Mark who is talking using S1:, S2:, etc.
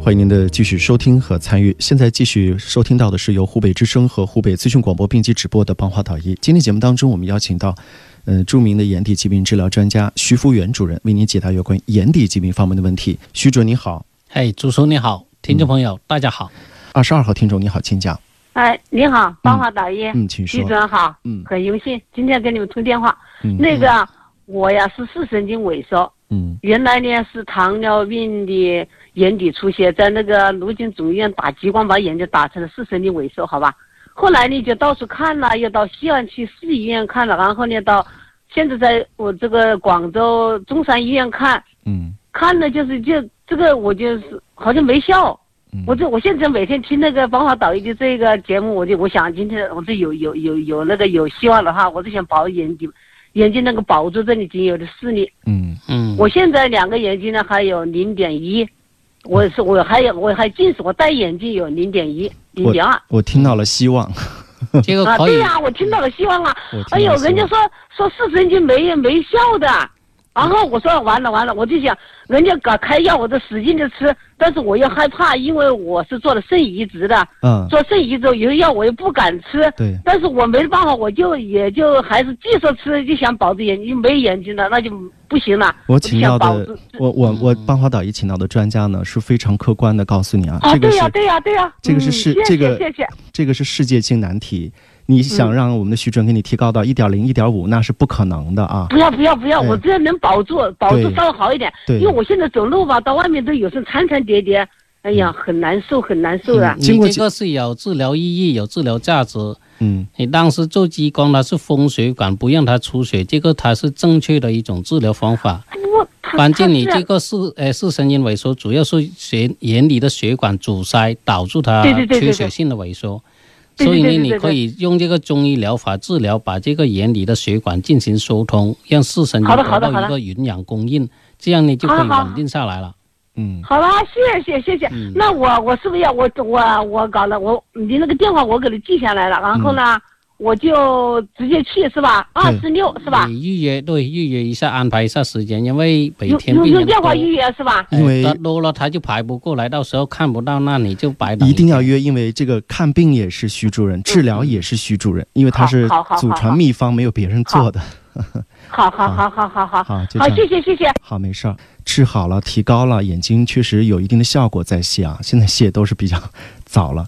S1: 欢迎您的继续收听和参与。现在继续收听到的是由湖北之声和湖北资讯广播并机直播的《帮话导医》。今天节目当中，我们邀请到，呃，著名的眼底疾病治疗专家徐福元主任，为您解答有关眼底疾病方面的问题。徐主任您好，
S2: 嘿，主持人你好，听众朋友、大家好。
S1: 二十二号听众你好，请讲。
S3: 哎，你好，帮话导医，
S1: 嗯，请
S3: 徐
S1: 说
S3: 主。任好，
S1: 嗯
S3: 很荣幸今天跟你们通电话。
S1: 嗯
S3: 那个我呀是视神经萎缩，
S1: 嗯
S3: 原来呢是糖尿病的眼底出血，在那个卢井总医院打激光把眼睛打成了视神经萎缩，好吧。后来呢就到处看了，又到西安区市医院看了，然后呢到现在在我这个广州中山医院看，
S1: 嗯
S3: 看了就是就这个我就是好像没效。
S1: 嗯，
S3: 我这我现在每天听那个《芳华导医》的这个节目，我就我想今天我这有有有有那个有希望的话，我就想保眼睛，眼睛那个保住这里仅有的视力。
S1: 嗯
S2: 嗯，
S3: 我现在两个眼睛呢还有零点一，我是我还有我还近视，我戴眼镜有零点一、零点二
S1: 我听到了希望，
S2: 这个
S3: 啊，
S2: 可
S3: 对
S2: 以，
S3: 呀、我听到了希望啊。
S1: 我听到
S3: 哎呦
S1: 了，希
S3: 人家
S1: 望
S3: 说说视神经没没效的，然后我说完了完了，我就想人家搞开药，我就使劲的吃，但是我又害怕，因为我是做了肾移植的。
S1: 嗯，
S3: 做肾移植有些药我又不敢吃，
S1: 对，
S3: 但是我没办法，我就也就还是继续吃，就想保住眼睛，没眼睛了那就不行了。
S1: 我请到
S3: 我就想保
S1: 的
S3: 住，
S1: 我我我帮华导医请到的专家呢是非常客观的告诉你啊，
S3: 啊，
S1: 这个
S3: 对呀、
S1: 是
S3: 对呀、对呀、
S1: 这个是
S3: 嗯
S1: 世
S3: 谢
S1: 这个
S3: 谢谢嗯谢，
S1: 这个是世界性难题。你想让我们的徐主任给你提高到一点零、一点五，那是不可能的啊！
S3: 不要不要不要，
S1: 哎
S3: 我只要能保住，保住
S1: 对
S3: 稍微好一点，
S1: 对
S3: 因为我现在走路吧，到外面都有时候缠缠叠叠，哎呀，很难受很难受啊。
S1: 经
S2: 你
S1: 过
S2: 这个是有治疗意义、有治疗价值。
S1: 嗯
S2: 你当时做激光，它是封血管，不让它出血，这个它是正确的一种治疗方法。
S3: 我他
S2: 关键你
S3: 他是
S2: 这个视呃视神经萎缩，主要是血眼里的血管阻塞，导致它
S3: 对对对对
S2: 缺
S3: 对
S2: 血性的萎缩。
S3: 对
S2: 所
S3: 对
S2: 以呢，
S3: 对对对
S2: 你
S3: 对
S2: 可以用这个中医疗法治疗，把这个眼里的血管进行疏通，让视神经
S3: 好的
S2: 得
S3: 好的
S2: 到
S3: 好
S2: 一
S3: 的
S2: 个营养供应，这样呢就
S3: 好
S2: 可以
S3: 好好
S2: 稳定下来了。
S1: 嗯，
S3: 好了，谢谢谢谢。
S2: 嗯
S3: 那我我是不是要我我我搞了我你那个电话我给你记下来了，然后呢、我就直接去是吧？二十六是吧？
S2: 你预约对，预约一下，安排一下时间，因为每
S3: 用
S2: 天
S3: 用
S2: 病
S3: 用
S2: 人
S3: 电话
S2: 多
S3: 预约是吧？
S2: 哎
S1: 因为
S2: 他多了他就排不过来，到时候看不到，那你就白等
S1: 一定要
S2: 天
S1: 约，因为这个看病也是徐主任，治疗也是徐主任，因为他
S3: 嗯好
S1: 是
S3: 好好
S1: 祖
S3: 好
S1: 传
S3: 好
S1: 秘方，没有别人做的。
S3: 好好好好好好
S1: 好就这
S3: 好，
S1: 样
S3: 谢谢谢谢。
S1: 好，没事儿，治好了，提高了，眼睛确实有一定的效果再谢啊。现在谢都是比较 早了。